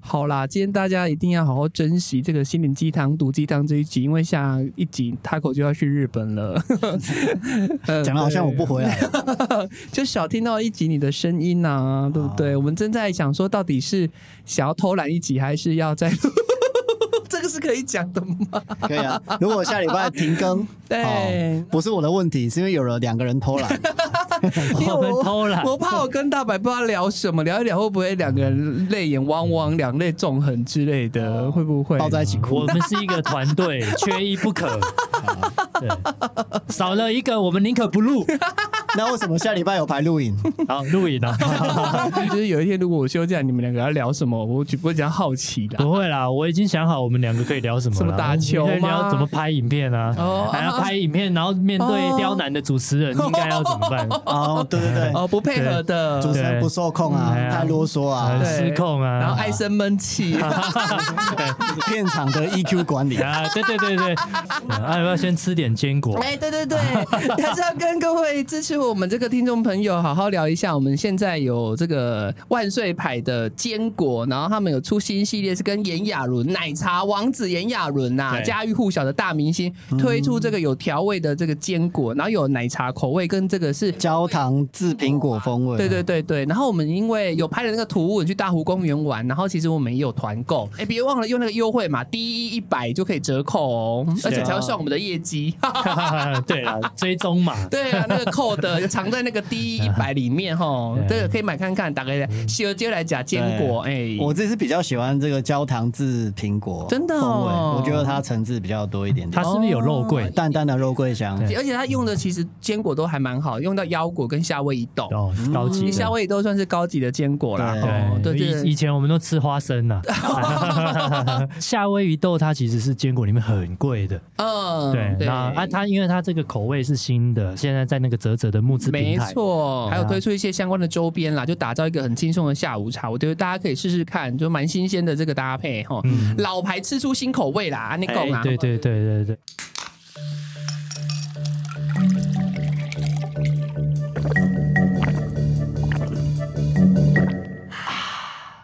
好啦，今天大家一定要好好珍惜这个心灵鸡汤、毒鸡汤这一集，因为下一集 Taco 就要去日本 了。呃讲的好像我不回来了， 就少听到一集你的声音啊，对不对？我们正在想说，到底是想要偷懒一集，还是要再 录？这个是可以讲的 吗？ 可以啊。如果下礼拜停更， 对哦不是我的问题，是因为有了两个人偷 懒，因为我们偷懒我怕我跟大白不知道聊什么，聊一聊会不会两个人泪眼汪汪、两泪纵横之类的，会不会？哦抱在一 起 我哭。们是一个团 队，缺一不可。对，少了一个，我们宁可不录。那为什么下礼拜有排录影？ 好，录影啊。 就是有一天如果我休假，你们两个要聊什么，我只不过比较好奇啦。 不会啦，我已经想好我们两个可以聊什么了。什么打球我们可以吗聊怎么拍影片哦啊，还要拍影片，然后面对刁难的主持人，应该要怎么 办？ 哦，对对对，哦，不配合的，主持人不受控啊，对嗯太啰嗦啊很，对失控啊，然后唉声闷 气。片场的 EQ 管 理。啊，对对 对对，啊，要不要先吃点坚果？哎，对对对，还是要跟各位支持我们这个听众朋友好好聊一下。我们现在有这个万岁牌的坚果，然后他们有出新系列，是跟炎亚纶奶茶王子炎亚纶呐、对嗯家喻户晓的大明星推出这个有调味的这个坚果，然后有奶茶口味跟这个是焦糖制苹果风味，对啊对对对，然后我们因为有拍了那个图文去大湖公园玩，然后其实我们也有团购，哎，别忘了用那个优惠码，第一一百就可以折扣哦，而且才会算我们的业 绩。 对啦，追踪嘛，对啊，那个扣的藏在那个第一百里面 吼，这个可以买看看，打开西游街来夹坚果，哎，我自己是比较喜欢这个焦糖制苹果，真的哦风味，我觉得它层次比较多一点它点，是不是有肉桂？淡淡的肉桂香，对而且它用的其实坚果都还蛮好，用到腰果跟夏威夷豆，哦，高级其的。实夏威夷豆算是高级的坚果啦，对吼，哦对对以以前我们都吃花生 呐、 夏威夷豆它其实是坚果里面很贵的，嗯，对，那啊，它因为它这个口味是新的，现在在那个泽泽的募资没平台，错，还有对啊推出一些相关的周边啦，就打造一个很轻松的下午茶，我觉得大家可以试试看，就蛮新鲜的这个搭配哈。嗯，老牌吃出新口味啦，啊，你讲哎啊，对对对对对，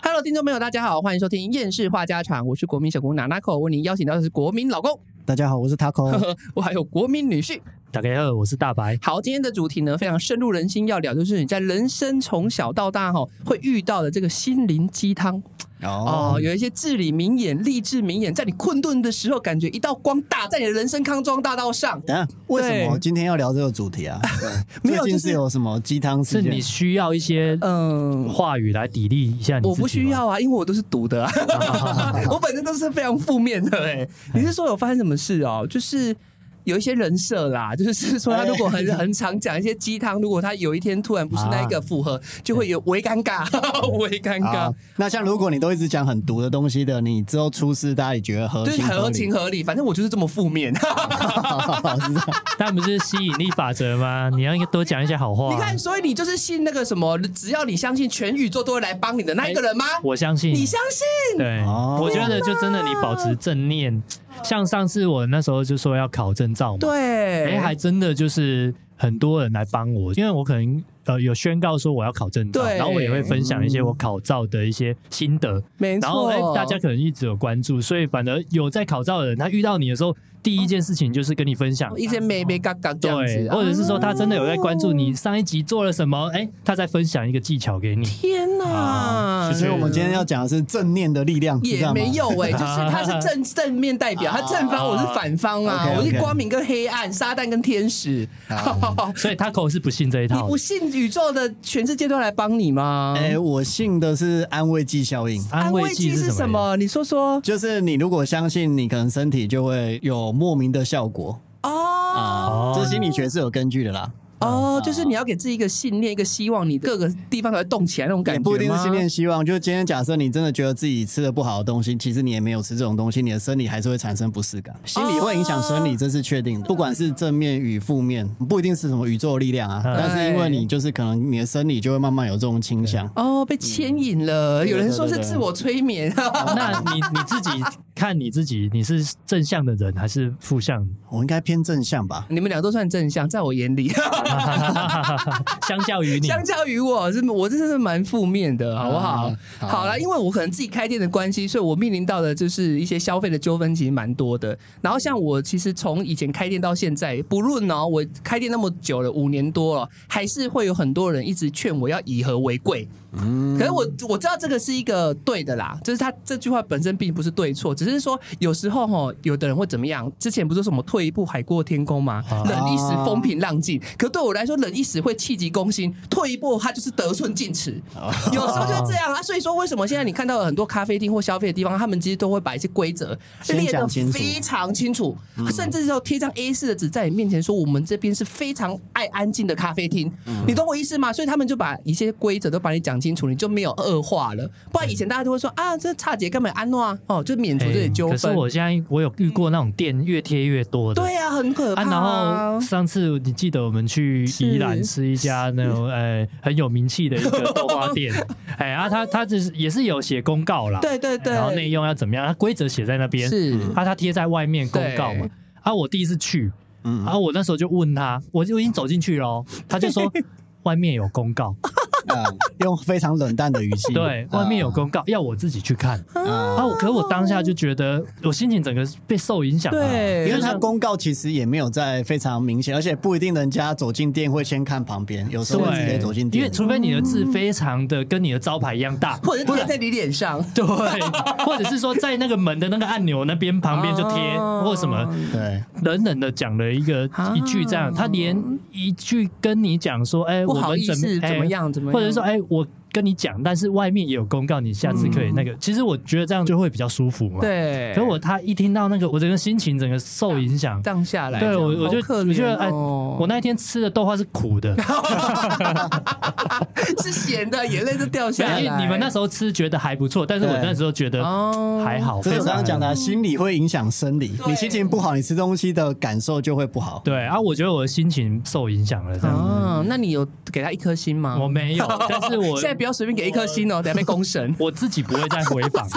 Hello，听众朋友，大家好，欢迎收听《厌世话家常》，我是国民小姑娜娜口，为您邀请到的是国民老公， 大家好，我是 Taco，我还有国民女婿。大家好，我是大白，好，今天的主题呢非常深入人心，要聊就是你在人生从小到大哈、会遇到的这个心灵鸡汤哦、哦，有一些至理名言、励志名言，在你困顿的时候，感觉一道光打在你的人生康庄大道上。等一下为什对么今天要聊这个主题 啊？没最有近就是是有什么鸡汤是事件？你需要一些嗯，话语来砥砺一下你自己吗哦我不需，要啊，因为我都是读的、啊， 我本身都是非常负面的、哎欸。你是说有发生什么事哦？就是。有一些人设啦，就是是说哎他如果很很常讲一些鸡汤，如果他有一天突然不是那一个符啊合，就会有微尴尬，哎 微尴尬啊，，那像如果你都一直讲很毒的东西的，你之后出事，大家也觉得合就是情合合情理。合理。反正我就是这么负面。 但不是吸引力法则吗？你要多讲一些好 话。你看，，所以你就是信那个什么，只要你相信全宇宙都会来帮你的那一个人吗？我相信你相信？对，哦我觉得就真的你保持正念，像上次我那时候就说要考证照嘛，对，哎，还真的就是很多人来帮我，因为我可能呃有宣告说我要考证照，对然后我也会分享一些我考照的一些心得，没然后错。哎大家可能一直有关注，所以反而有在考照的人，他遇到你的时候，第一件事情就是跟你分享。哦一些美美嘎嘎这样啊对子，，啊或者是说他真的有在关注你上一集做了什么，哎、他在分享一个技巧给你。天哪！所以我们今天要讲的是正念的力量，是嗯这也样吗没有 哎、就是他是正正面代表，他正方，我是反方啊， OK，OK 我是光明跟黑暗，撒旦跟天使。 所以他口是不信这一你套不的。信宇宙的全世界都来帮你吗？哎，我信的是安慰剂效应。安慰剂剂是什？么？你说说就是你如果相信，你可能身体就会有莫名的效果哦。哦，这心理学是有根据的啦，哦，就是你要给自己一个信念，一个希望，你各个地方都会动起来那种感也觉吗不一定是信念希望。就是今天假设你真的觉得自己吃了不好的东西，其实你也没有吃这种东西，你的生理还是会产生不适哦感，心理会影响生理，这是确定的。不管是正面与负面，不一定是什么宇宙力量哎啊，但是因为你就是可能你的生理就会慢慢有这种倾向。哦，被牵引了。对有人说对是对对自我催眠， 那你你自己看你自己，你是正向的人还是负向？我应该偏正向 吧？你们俩都算正向，在我眼里， 相较于你，相较于我是我真的是蛮负面的，好不好？啊好好啦，因为我可能自己开店的关系，所以我面临到的就是一些消费的纠纷，其实蛮多的。然后像我其实从以前开店到现在，不论哦，我开店那么久了，五年多了，还是会有很多人一直劝我要以和为贵。嗯可是我我知道这个是一个对的啦，就是他这句话本身并不是对错，只是说有时候哈，有的人会怎么样？之前不是说什么退一步海阔天空吗？啊忍一时风平浪静。可对我来说，忍一时会气急攻心，退一步他就是得寸进尺。啊有时候就是这样啊。所以说，为什么现在你看到有很多咖啡厅或消费的地方，他们其实都会把一些规则先列得讲清楚非常清楚，嗯甚至是要贴张 A 4的纸在你面前说，我们这边是非常爱安静的咖啡厅，嗯你懂我意思吗？所以他们就把一些规则都把你讲清楚，你就没有恶化了。不然以前大家都会说啊，这差姐根本安诺啊，哦，就免除这些纠哎可是纷。我现在我有遇过那种店越贴越多的，对啊，很可怕、啊，然后上次你记得我们去宜兰吃一家那 种呃很有名气的一个豆花店， 哎啊，他他只是也是有写公告啦，对对对，然后内容要怎么样，他规则写在那边，是啊，他贴在外面公告嘛对。啊，我第一次去，嗯啊，我那时候就问他，我就已经走进去喽，他就 说外面有公告，啊用非常冷淡的语气，对，啊外面有公告，要我自己去看。啊啊，我可是我当下就觉得我心情整个被受影响了，啊对，因为他公告其实也没有在非常明显，而且不一定人家走进店会先看旁边，有时候会直接走进对，因为店。除非你的字非常的跟你的招牌一样大，或者是贴在你脸上。对， 或者是说在那个门的那个按钮那边旁边就贴，哦或者什么对，冷冷的讲了一个啊一句这样，他连一句跟你讲说，哎，不我好们意怎么思，怎么？哎样怎么样，或者是说，哎，我跟你讲，但是外面也有公告，你下次可以那个。其实我觉得这样就会比较舒服嘛。。嗯对，可是我他一听到那个，我整个心情整个受影响。荡下哎来这对样，我，我就好可我觉得怜哎，哦我那一天吃的豆花是 苦的，是咸的，眼泪就掉下所以来。你们那时候吃觉得还不错，但是我对那时候觉得哦还好，这非是我常刚刚讲的啊，心理会影响生理。对你心情不好，你吃东西的感受就会不好。对啊，我觉得我的心情受影响了，这样、啊，那你有给他一颗星吗？我没 有，但是我。现在不要随便给一颗星哦，等下被公审我自己不会再回 访，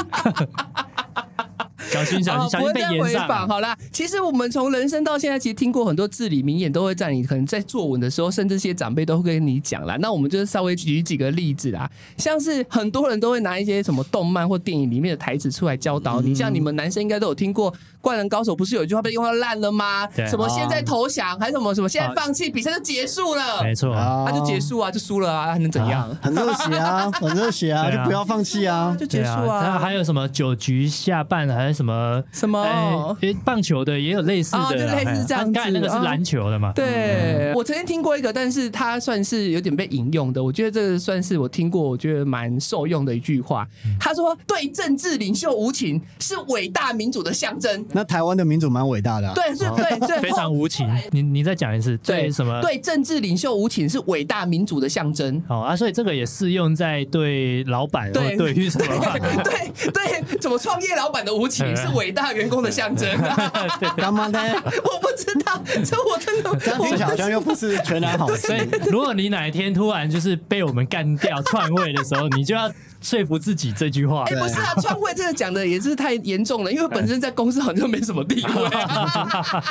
小心 小哦心小不会心被再延回访上。好啦。其实我们从人生到现在，其实听过很多至理名言，都会在你可能在作文的时候，甚至一些长辈都会跟你讲啦。那我们就是稍微举几个例子啦，像是很多人都会拿一些什么动漫或电影里面的台词出来教导你。嗯像你们男生应该都有听过《灌篮高手》，不是有一句话被用到烂了吗？对啊什么现在投降，还是什么什么现在放弃，比赛就结束了。没错，啊他就结，束啊，就输了啊，还能怎样？很热血啊，很热血啊，对啊就不要放弃啊。就结对束啊，他还有什么九局下半还是什么？什么？哎，因为棒球的也有类似哦的就啦，类似哎这样啊刚才那个子哦是篮球的嘛？对，嗯我曾经听过一个，但是它算是有点被引用的。我觉得这个算是我听过，我觉得蛮受用的一句话。嗯他说：“对政治领袖无情是伟大民主的象征。那台湾的民主蛮伟大的啊，对”对，对对， 哦非常 无情。你你再讲一次，对对什么？对政治领袖无情是伟大民主的象 征。哦啊，所以这个也适用在对老板或对对于什么 吧？对对，怎么创业老板的无嗯情是伟大员工的象征？ 啊干嘛呢？我不知道，这我真的这样听起来好像又不是全然好事所。以，如果你哪一天突然就是被我们干掉篡位的时候，你就要说服自己这句话哎、。不是啊，川卫这个讲的也是太严重了，因为本身在公司好像没什么地位、啊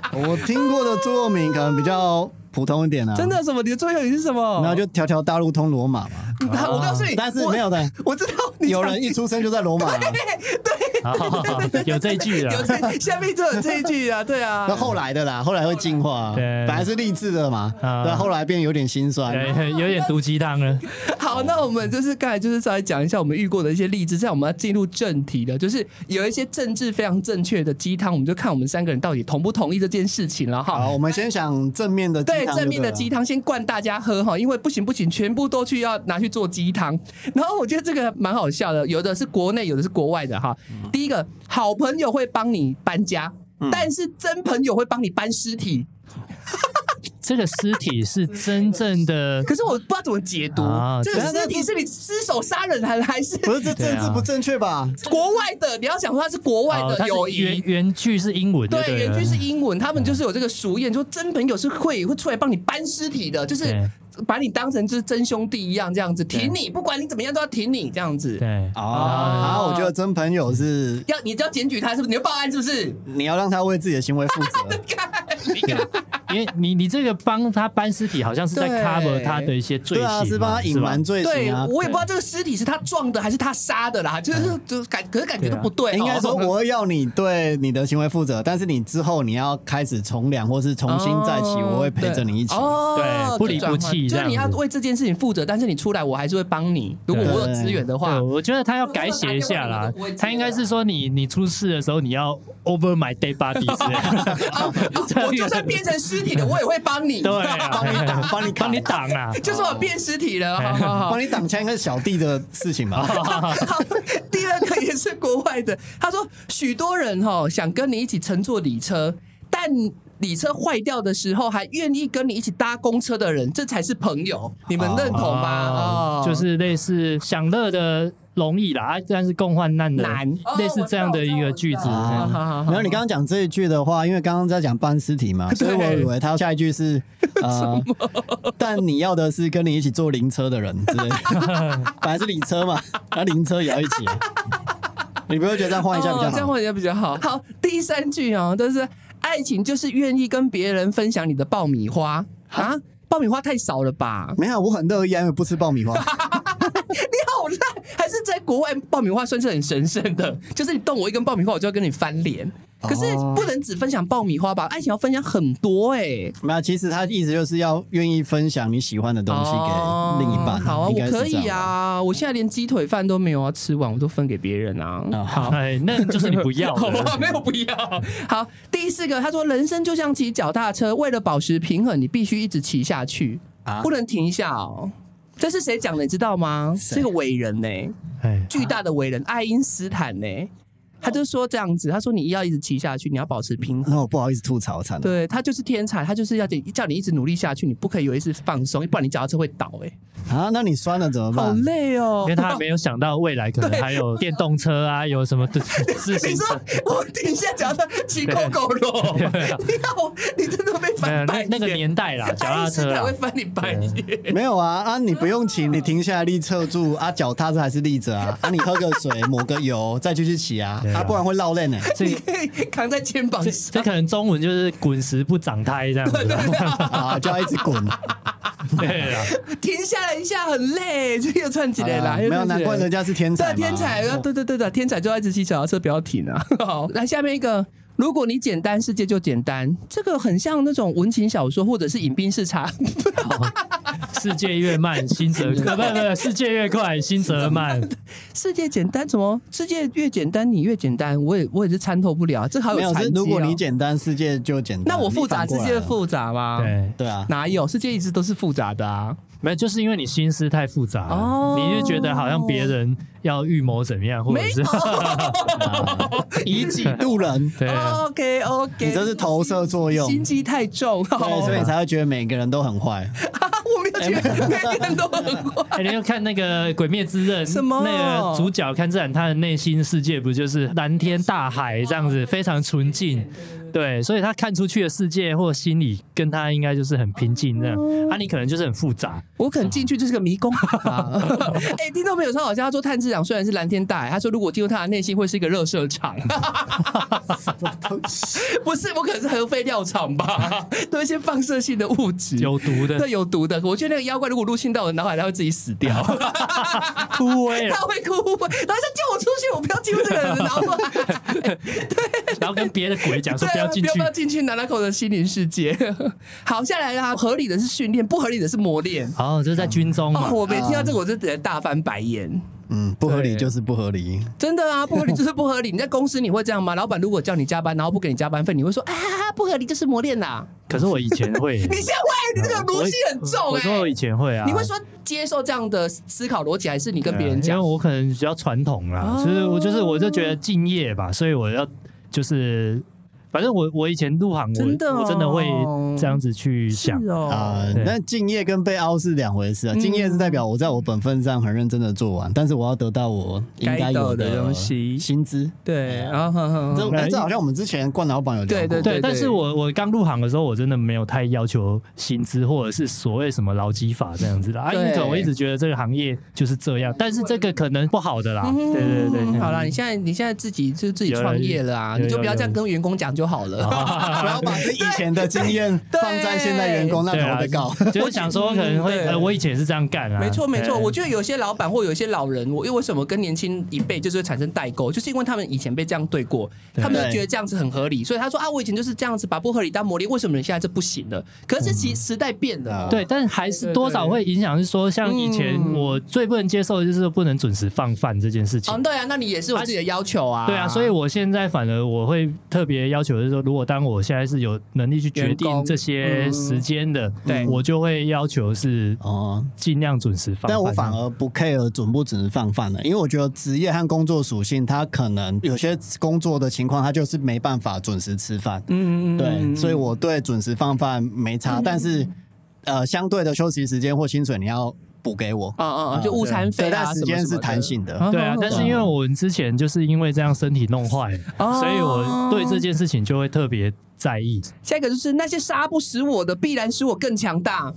我听过的座右铭可能比较普通一点啊，真。的什么？你的座右铭是什么？然后就条条大路通罗马嘛，嗯，我告诉你，但是我没有，的，我知道 你有人一 出生就在罗马啊，好，有这一句 啊有了。这下面就有这一句啊，对啊那， 后来的啦，后来会进化啊，对本来是励志的嘛，啊对，后来变有点心酸。啊对，哎 有点毒鸡汤了。好，那我们就是刚才就是稍微讲一下我们遇过的一些例子，这样我们要进入正题了，就是有一些政治非常正确的鸡汤，我们就看我们三个人到底同不同意这件事情了哈好，。啊我们先想正面的鸡哎对汤就正面的鸡对了汤先灌大家喝哈，因为不行不行，全部都去要拿去做鸡汤。然后我觉得这个蛮好笑的，有的是国内，有的是国外的哈。第一个，好朋友会帮你搬家，但是真朋友会帮你搬尸体。这个尸体是真正的，可是我不知道怎么解读，啊这个尸体是你失手杀人还还是不是这对啊政治不正确吧？国外的？你要想说它是国外哦的它是友原谊。原句是英文的，对，了原句是英文，他们就是有这个俗谚，说真朋友是会会出来帮你搬尸体的，就是对把你当成就是真兄弟一样，这样子挺你，不管你怎么样都要挺你这样子。对。啊哦，然后我觉得真朋友是要你就要检举他是不是？你要报案是不是？啊你要让他为自己的行为负 责。因为你你这个帮他搬尸体，好像是在对 cover 他的一些罪对行嘛，啊，是帮他隐瞒吧罪对行啊。我也不知道这个尸体是他撞的还是他杀的啦，就是就感可是感觉啊都不对哦，哎应该说，我要你对你的行为负责，但是你之后你要开始从良，或是重新再起，哦我会陪着你一起。哦对不离不弃就这是样你要子为这件事情负责，但是你出来我还是会帮你，如果对我有资源的话对，。我觉得他要改写一下啦如果我打电话给我都不会。啊接他应该是说你你出事的时候，你要 over my dead body 之类的啊 我就算变成尸体了，我也会帮你，对 啊，帮你挡帮你挡 帮你挡啊。就是我变尸体了，好好好帮。你挡枪应该是小弟的事情吧？ 好，第二个也是国外的，他说许多人哦、想跟你一起乘坐礼车，但礼车坏掉的时候还愿意跟你一起搭公车的人，这才是朋友，你们认同吗？哦哦，就是类似享乐的容易啦，啊但是共患难的难类似这样的一个句子。好啊好好好然后你刚刚讲这一句的话，因为刚刚在讲搬尸 体嘛，所以我以为他下一句是呃，但你要的是跟你一起坐灵车 的人之类的，本来是灵车嘛，然后灵车也要一起 啊、你不会觉得这样换一下比哦这较样好？换一下比较好。好，第三句哦，就是爱情就是愿意跟别人分享你的爆米花啊，爆米花太少了吧？没有，我很乐意啊，因为不吃爆米花。你好烂， 还是在国外爆米花算是很神圣的，就是你动我一根爆米花，我就要跟你翻脸。哦可是不能只分享爆米花吧？爱情要分享很多哎、 没有，其实他意思就是要愿意分享你喜欢的东西哦给另一半。好啊，应我该是可这样以吧。啊，我现在连鸡腿饭都没有要吃完，我都分给别人啊。啊好，哎，那就是你不要 好啊的。吧，没有不要。好，第四个，他说人生就像骑脚踏车，为了保持平衡，你必须一直骑下去，啊不能停下哦。这是谁讲的？你知道吗？是个伟人欸呢、哎，巨大的伟人爱因斯坦呢、他就说这样子，他说你要一直骑下去，你要保持平衡。那我不好意思吐槽，惨了。对他就是天才，他就是要得叫你一直努力下去，你不可以有一次放松，不然你脚踏车会倒、哎，啊，那你酸了怎么好办？累哦、因为他没有想到未来可能还有电动车啊，有什么的 自你行说车。我停下脚踏骑狗狗咯，你要你真的被没有翻白那眼。那个年 代啦，脚爱踏因斯车啊坦啦会，翻你白眼。没有啊啊！你不用骑，你停下来立侧住啊，脚踏车还是立 着啊啊！你喝个水，抹个油，再继续骑啊对啊啊，不然会落 泪呢。这你可以扛在肩膀这这 上，可能中文就是滚石不长胎这 样子啊。啊，就要一直滚。对啊啦，停下来一下很累，这又串起来啦。啊又没有，串起来难怪人家是天对才嘛。天才，啊，对对对的，天才就要一直骑脚踏车，不要停啊。 好，来下面一个。如果你简单，世界就简单。这个很像那种文情小说，或者是饮冰视察。世界越慢，心则快；不不不，世界越快，心则慢。世界简单，怎么世界越简单，你越简单？我也我 也是参透不了，这好没有残是疾、哦。如果你简单，世界就简单。那我复杂，你世反过界来了复杂吗？，对，对啊，哪有？世界一直都是复杂的啊。没有，就是因为你心思太复杂了，哦你就觉得好像别人要预谋怎么样，或者没是以己 度人， 对，啊 OK OK，你这是投射作用。心对，机太重。所以你哎才会觉得每个人都很坏。 我没有觉得每个人都很坏。哎，你要看那个《鬼灭之刃》，什么那个主角看自然，他的内心世界不就是蓝天大海这样子，非常纯 净。对，所以他看出去的世界或心理，跟他应该就是很平静这样。哦啊，你可能就是很 复杂，我可能进去就是个迷宫。哎、听众朋友说好像他说炭治郎虽然是蓝天大海，他说如果进入他的内心会是一个热射场。不是，我可能是核废料厂吧， 都一些放射性的物质。有毒的 对有毒的，我觉得那个妖怪如果入侵到我的脑海，他会自己死掉，枯 萎他了，会哭，然后就叫我出去，我不要进入这个 人的脑海。然后跟别的鬼讲说对不要啊，进不要去不。要进去南拉口的心灵世界。 好，下来啦，合理的是训练，不合理的是磨练。哦，这是在军中嘛哦，。我没听到这个，我就直接大翻白眼。嗯，不合理对就是不合理。真的啊，不合理就是不合理。你在公司你会这样吗？老板如果叫你加班，然后不给你加班费，你会说啊，不合理就是磨练啦。可是我以前会， 你现在会，哎你这个我逻辑很重我说我哎、以前会啊，你会说接受这样的思考逻辑，还是你跟别人因为讲？哦我可能比啊较传统啦，就是我就是我就觉得敬业吧，所以我要就是。反正我我以前入行，我真的哦我真的会这样子去想。是哦，啊、对那敬业跟被凹是两回事啊。敬业是代表我在我本分上很认真的做完，但是我要得到我应该该有有的东西薪资。哎对，啊然后这、那哎这好像我们之前冠老板有聊过， 对对，但是我我刚入行的时候，我真的没有太要求薪资或者是所谓什么劳基法这样子的啊，因对为可能我一直觉得这个行业就是这样，但是这个可能不好的啦。对嗯对对，对好啦，你现在你现在自己就自己有了创业了啊，有你就有不要有哦这样跟员工讲就好 了。不要把自己以前的经验放在现在员工那对头啊被告。就是想说可能会 对呃，我以前是这样干啊。没错没错，对我觉得有些老板或有些老人，我因为为什么跟年轻一辈就是会产生代沟，就是因为他们以前被这样对过，他们就觉得这样子很合理，所以他说啊，我以前就是这样子把不合理当磨练，为什么你现在这不行了？可是其实时代变了，对，但还是多少会影响，是说像以前嗯我最不能接受的就是不能准时放饭这件事情嗯，。对啊，那你也是有自己的要求啊，对啊，所以我现在反而我会特别要求，就是说，如果当我现在是有能力去决员定工这些时间的，嗯对我就会要求是 哦、尽量准时放饭。但我反而不 care 准不准放饭了，因为我觉得职业和工作属性，它可能有些工作的情况，它就是没办法准时吃饭。嗯对，所以我对准时放饭没差，但是呃，相对的休息时间或薪水你要补给我，啊嗯啊啊，就对午餐所费以啊，但时间是弹性嗯的。对啊，但是因为我们之前就是因为这样身体弄坏，哦所以我对这件事情就会特别在意。下一个就是那些杀不死我的，必然使我更强大。嗯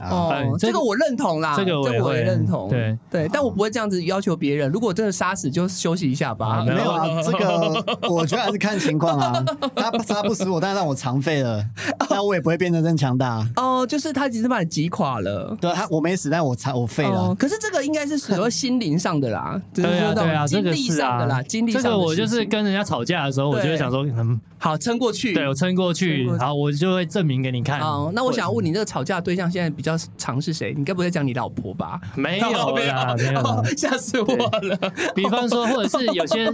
哎哦，这这个我认同啦，这个我也我会也认同，对对，但我不会这样子要求别人。如果真的杀死，就休息一下吧。没有啊，这个我觉得还是看情 况啊。他杀不死我，但让我肠废了，那我也不会变得更强大啊。哦，就是他只是把你击垮了。对他，我没死，但我肠我废哦了。可是这个应该是属于心灵上的 啦，只是对说啊，到对啊，这经个历是上的啦，啊，经历这上的个我就事是情跟人家吵架的时候，我就会对想说，嗯，好撑过去。对我撑过撑去过，去然后我就会证明给你看。哦，那我想问你，那个吵架对象现在比较常是谁？你该不会在讲你老婆吧？没有啦，没有啦。 吓死我了！哦比方说，或者是有些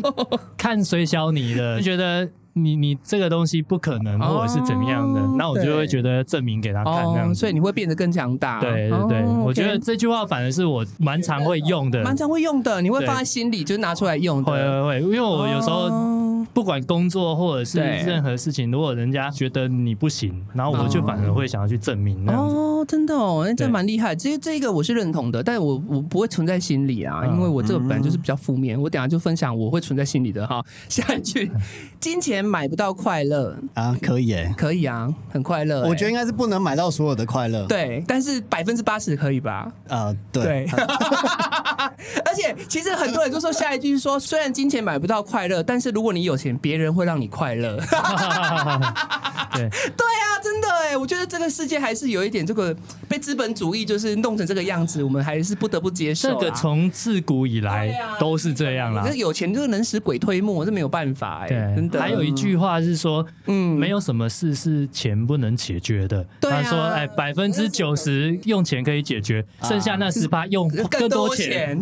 看谁小你的，就觉得你你这个东西不可能，哦或者是怎么样的，那我就会觉得证明给他看这样哦，子。所以你会变得更强大。对对对，哦我觉得 OK 这句话反而是我蛮常会用的，蛮常会用的，你会对放在心里，就是拿出来用会的。会会，因为我有时候。哦不管工作或者是对任何事情，如果人家觉得你不行，然后我就反而会想要去证明那样子。哦，真的哦，那对这蛮厉害。这这个我是认同的，但我我不会存在心里啊，嗯因为我这个本来就是比较负面。我等一下就分享我会存在心里的哈。 下一句， 金钱买不到快乐，啊，可以诶、可以啊，很快乐欸、我觉得应该是不能买到所有的快乐。，对，但是百分之八十可以吧？呃，对，对，而且其实很多人就说下一句是说，虽然金钱买不到快乐，但是如果你有钱，别人会让你快乐。对 对啊，真的哎，我觉得这个世界还是有一点这个被资本主义就是弄成这个样子，我们还是不得不接受这啦。个从自古以来对啊都是这样啦这。有钱就是能使鬼推磨，这没有办法哎，对，真的。还有一句话是说，嗯没有什么事是钱不能解决的。对啊他说，哎，百分之九十用钱可以解决，剩下那十八用啊更多多钱，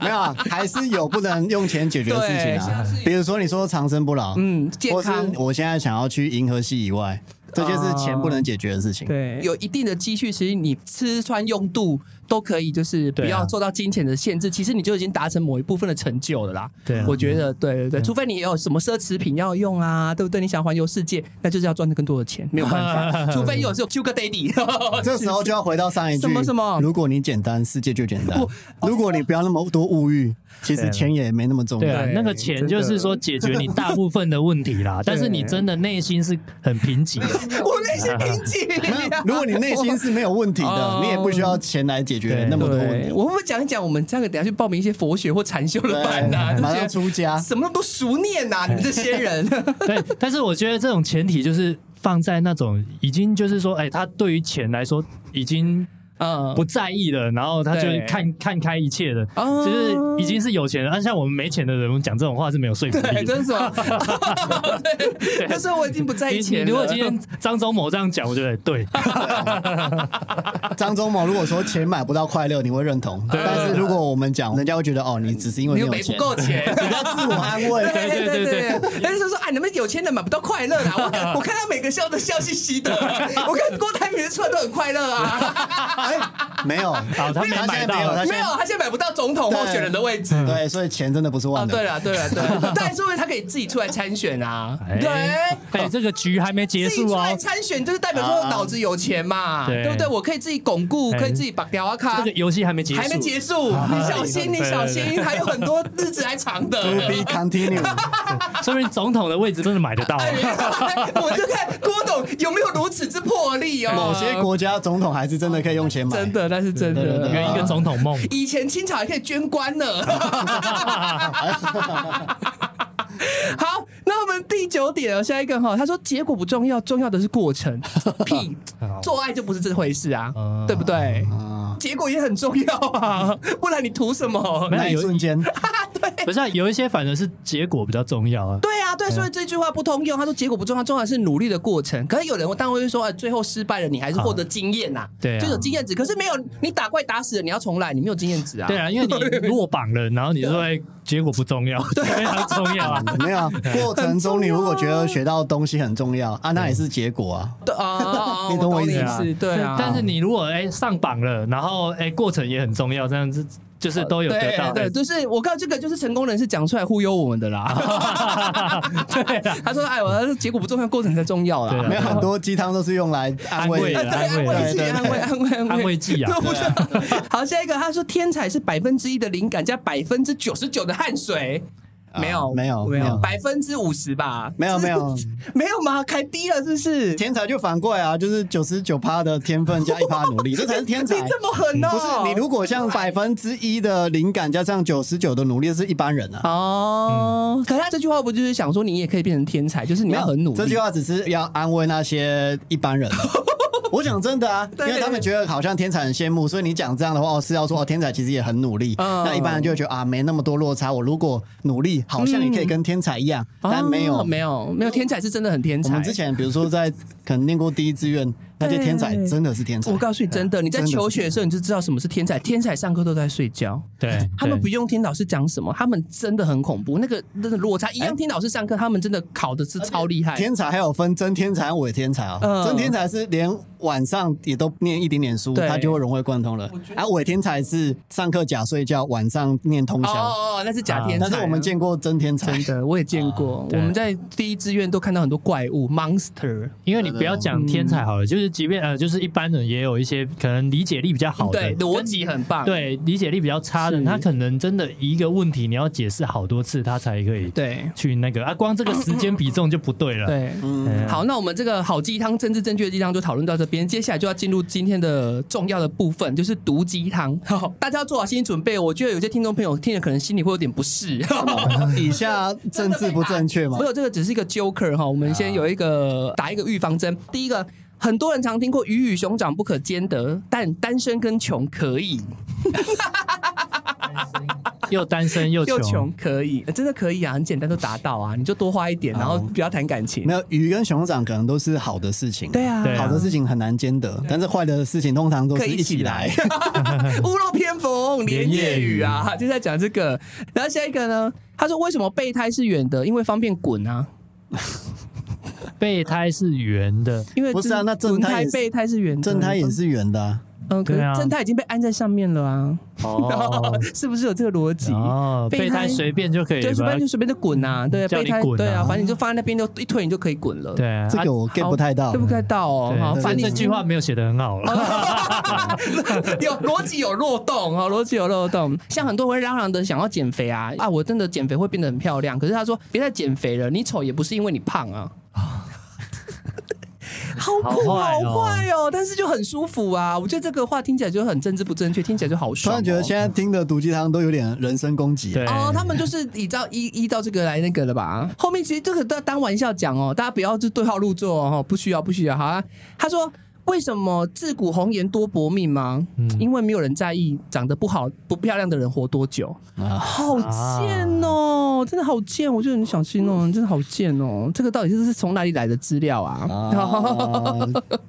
没有啊，还是有不能用钱解决的事情啊 对。比如说你说长生不老，嗯，健或是康。我现在想要去银河系以外，这些是钱不能解决的事情。对，有一定的积蓄，其实你吃穿用度都可以，就是不对啊要受到金钱的限制。其实你就已经达成某一部分的成就了啦。对啊我觉得对对对，除非你有什么奢侈品要用啊，对不对？你想环游世界，那就是要赚更多的钱，没有办法。除非你有这种 Sugar Daddy， 这时候就要回到上一句，什么什么如果你简单，世界就简 单；如果你不要那么多物欲，其实钱也没那么重对要啊。，那个钱就是说解决你大部分的问题啦，但是你真的内心是很贫 瘠的。我内心贫瘠 啊。 如果你内心是没有问题的哦，你也不需要钱来解决那么多问对，题。我会不会讲一讲我们这个等一下去报名一些佛学或禅修的班呐、啊？就觉对马得上出家，什么都不熟念呐、你们这些人。对，但是我觉得这种前提就是放在那种已经就是说，哎，他对于钱来说已经嗯，不在意了，然后他就对看看开一切的，哦就是已经是有钱了。但啊像我们没钱的人，我们讲这种话是没有说服 对，力的。真是 吗？对，他说我已经不在你意你钱了。如果今天张忠谋这样讲，我觉得 对，张忠谋如果说钱买不到快乐，你会认同；但是如果我们讲，人家会觉得哦，你只是因为你没又没有不钱，够钱。比较自我安对慰。对 对对对对对，但是说哎，你们有钱人买不到快乐啦！ 我看我看他每个笑都笑嘻嘻的，我看郭台铭的出来都很快乐啊。哎，没有，好，哦他没他买现在没有，到他，现没有在，他现在买不到总统候选人的位置。对，所以钱真的不是哦，万能对的。了，对了，对 了，但是因为他可以自己出来参选啊，哎对。哎，这个局还没结自己束出哦来。参选，就是代表说脑子有钱嘛，啊对对不对？我可以自己巩固，哎可以自己绑条啊卡这个，游戏还没结束，还没结束，你小 心，你对对小心，还有很多日子还长的。 To be continued，说明总统的位置真的买得到啊。哎 我就看郭董有没有如此之魄力哦。某些国家总统还是真的可以用钱买。 真的，那是真对对的对。圆一个总统梦，以前清朝还可以捐官 呢。啊好，那我们第九点哦，下一个哈，他说结果不重要，重要的是过 程。屁，做爱就不是这回事啊，对不对？啊，结果也很重要啊，不然你图什么？没有那一有瞬间，哎不是啊有一些反而是结果比较重要啊。对啊，对，所以这句话不通用。他说结果不重要，重要的是努力的过程。可是有人当然会说，啊，最后失败了，你还是获得经验呐、对啊就有经验值。可是没有你打怪打死了，你要重来，你没有经验值啊。对啊，因为你落榜了，然后你说哎结果不重 要，非常重要啊。 没有啊，过程中你如果觉得学到东西很重要啊，那也是结果啊。对啊，你懂我意思意啊思，对啊。但是你如果哎、上榜了，然后哎、过程也很重要，这样子就是都有得到。对，对就是我看这个就是成功人士讲出来忽悠我们的啦。对啊，他说：“哎，我结果不重要，过程才重要对啦啊。没有很多鸡汤都是用来安慰啊”安对，慰安慰的。安慰剂，对安慰，安慰，安安慰剂啊这不是。 好，下一个，他说天才是百分之一的灵感加百分之九十九的汗水。啊没有，没有没没有，有百分之五十吧？没有没有， 没有吗？开低了是不是？天才就反过来啊，就是九十九趴的天分加一趴努力，这才是天才。你这么狠哦！不是你如果像百分之一的灵感加上九十九的努力，是一般人啊。哦，可是他这句话不就是想说你也可以变成天才，就是你要很努力。嗯这句话只是要安慰那些一 般人。啊我讲真的啊，因对为他们觉得好像天才很羡慕，所以你讲这样的话，哦，是要说哦，天才其实也很努力。嗯那一般人就会觉得啊，没那么多落差。我如果努力，好像也可以跟天才一样，但没有哦没有没有天才是真的很天才。我们之前比如说在可能念过第一志愿，那些天才对真的是天才我。告诉你，真的，你在嗯真的是求学的时候你就知道什么是天才。天才上课都在睡觉，对，他们不用听老师讲什么，他们真的很恐怖。那个真的落差，一样听老师上课，他们真的考的是超厉害。哎天才还有分真天才、伪天才啊、嗯真天才是连晚上也都念一点点书，对他就会融会贯通了。啊，伪天才是上课假睡觉，晚上念通哦宵。哦哦，那是假天才啊。但是我们见过真天才真，的，我也见过。我啊对们在第一志愿都看到很多怪物 monster。因为你不要讲天才好了，就是即便呃，就是一般人也有一些可能理解力比较好的，对，逻辑很棒。对理解力比较差的，是他可能真的一个问题你要解释好多次，他才可以对去那个啊，光这个时间比重就不对了。对。哎呀好，那我们这个好鸡汤、政治正确的鸡汤就讨论到这边，接下来就要进入今天的重要的部分，就是毒鸡汤。 好大家要做好心理准备。我觉得有些听众朋友听了可能心里会有点不适。 以下政治不正确啊嘛没？有，这个只是一个 joker 哈。我们先有一个打一个预防针。第一个，很多人常听过“鱼与熊掌不可兼得”，但单身跟穷可以，又单身又又穷穷，可以，呃真的可以啊，很简单都达到啊。你就多花一点，然后不要谈感情。没有鱼跟熊掌可能都是好的事情，对啊，对啊好的事情很难兼得，但是坏的事情通常都可是以一起来。屋漏偏逢连夜雨啊，就在讲这个。然后下一个呢，他说为什么备胎是圆的？因为方便滚啊，备胎是圆的， 因为不是啊那正轮胎胎也是备胎是圆的，正胎也是圆的、啊，嗯，可是对啊正胎已经被安在上面了啊，哦是不是有这个逻辑？哦，备胎随便就可以对，随把它便就随便就滚啊，对，叫备你胎滚啊对啊，反正你就放在那边就一推你就可以滚了。对啊，这个我 get 不太到。对不该到哦，对好，哦这反正这句话没有写的很好了。 有逻辑有漏洞哦，逻辑有漏洞。像很多人嚷嚷的想要减肥啊啊，我真的减肥会变得很漂亮，可是他说别再减肥了，你丑也不是因为你胖 啊。好酷，好坏好哦坏哦！但是就很舒服啊，我觉得这个话听起来就很政治不正确，听起来就好突爽、哦。然觉得现在听的毒鸡汤都有点人身攻击。啊对，哦，他们就是依照依依照这个来那个了吧？后面其实这个都当玩笑讲哦，大家不要就对号入座哦，不需要不需要。好啊，他说为什么自古红颜多薄命吗？因为没有人在意长得不好不漂亮的人活多久，啊，好贱哦！哦，真的好贱！我觉得你小心哦，你真的好贱哦。这个到底是是从哪里来的资料啊？ 啊，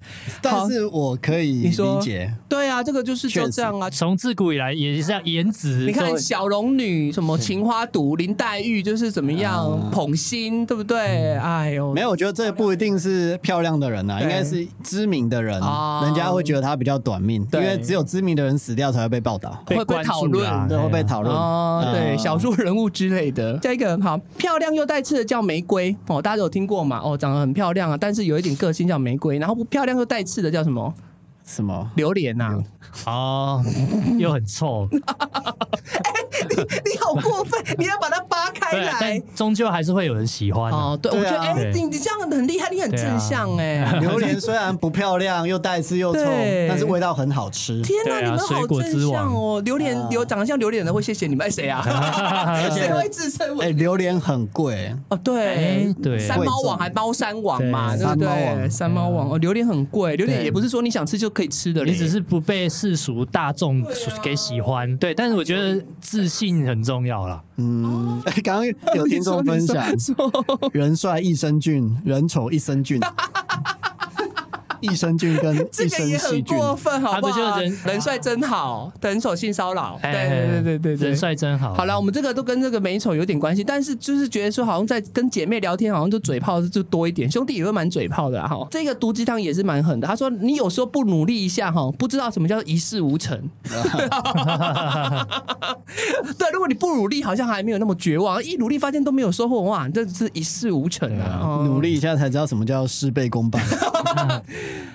但是我可以你说理解，对啊，这个就是就这样啊。从自古以来也是这样，颜值你看都小龙女、什么秦花毒、林黛玉，就是怎么样捧心，对不对？哎呦，没有，我觉得这不一定是漂亮的人啊，对应该是知名的人哦，人家会觉得他比较短命，因对为只有知名的人死掉才会被报道，会被关注讨论啦对，会被讨论。哦，啊对，嗯少数人物之类的。下一个好，漂亮又带刺的叫玫瑰哦，大家有听过嘛？哦，长得很漂亮啊，但是有一点个性叫玫瑰。然后不漂亮又带刺的叫什么？什么？榴莲啊呐、哦，又很 臭，你好过 分！你要把它扒开对啊，哎来。但终究还是会有人喜欢啊。哦，对，我对觉得啊哎，你你这样很厉害，你很对啊正向哎、 榴莲虽然不漂亮，又带刺又臭，对但是味道很好吃。天哪，对啊你们好水果之正向哦！榴莲啊榴长得像榴莲的会谢谢你们，哎谁 啊？谁会自称哎、为？榴莲很贵，哦，对哎对三猫网还猫山王嘛，对对不山猫对？网三猫网哦，榴莲很贵，榴莲对也不是说你想吃就可以吃的嘞，你只是不被世俗大众给喜欢，哦对，但是我觉得自信很重要啦。嗯， 刚刚有听众分享，哦 你说你说人帅益生菌，人丑益生 菌，益生菌跟这益个生也细很菌。过分，好不他们好？就人人帅真好，人手性骚扰，对哎对对对对人对。帅真好。好了，我们这个都跟这个美丑有点关系，但是就是觉得说，好像在跟姐妹聊天，好像就嘴炮就多一点，兄弟也会蛮嘴炮的啦啊哈。这个毒鸡汤也是蛮狠的，他说你有时候不努力一下哈，不知道什么叫一事无成。 对，如果你不努力，好像还没有那么绝望，一努力发现都没有收获，哇，这是一事无成啊！哦努力一下才知道什么叫事倍功 半。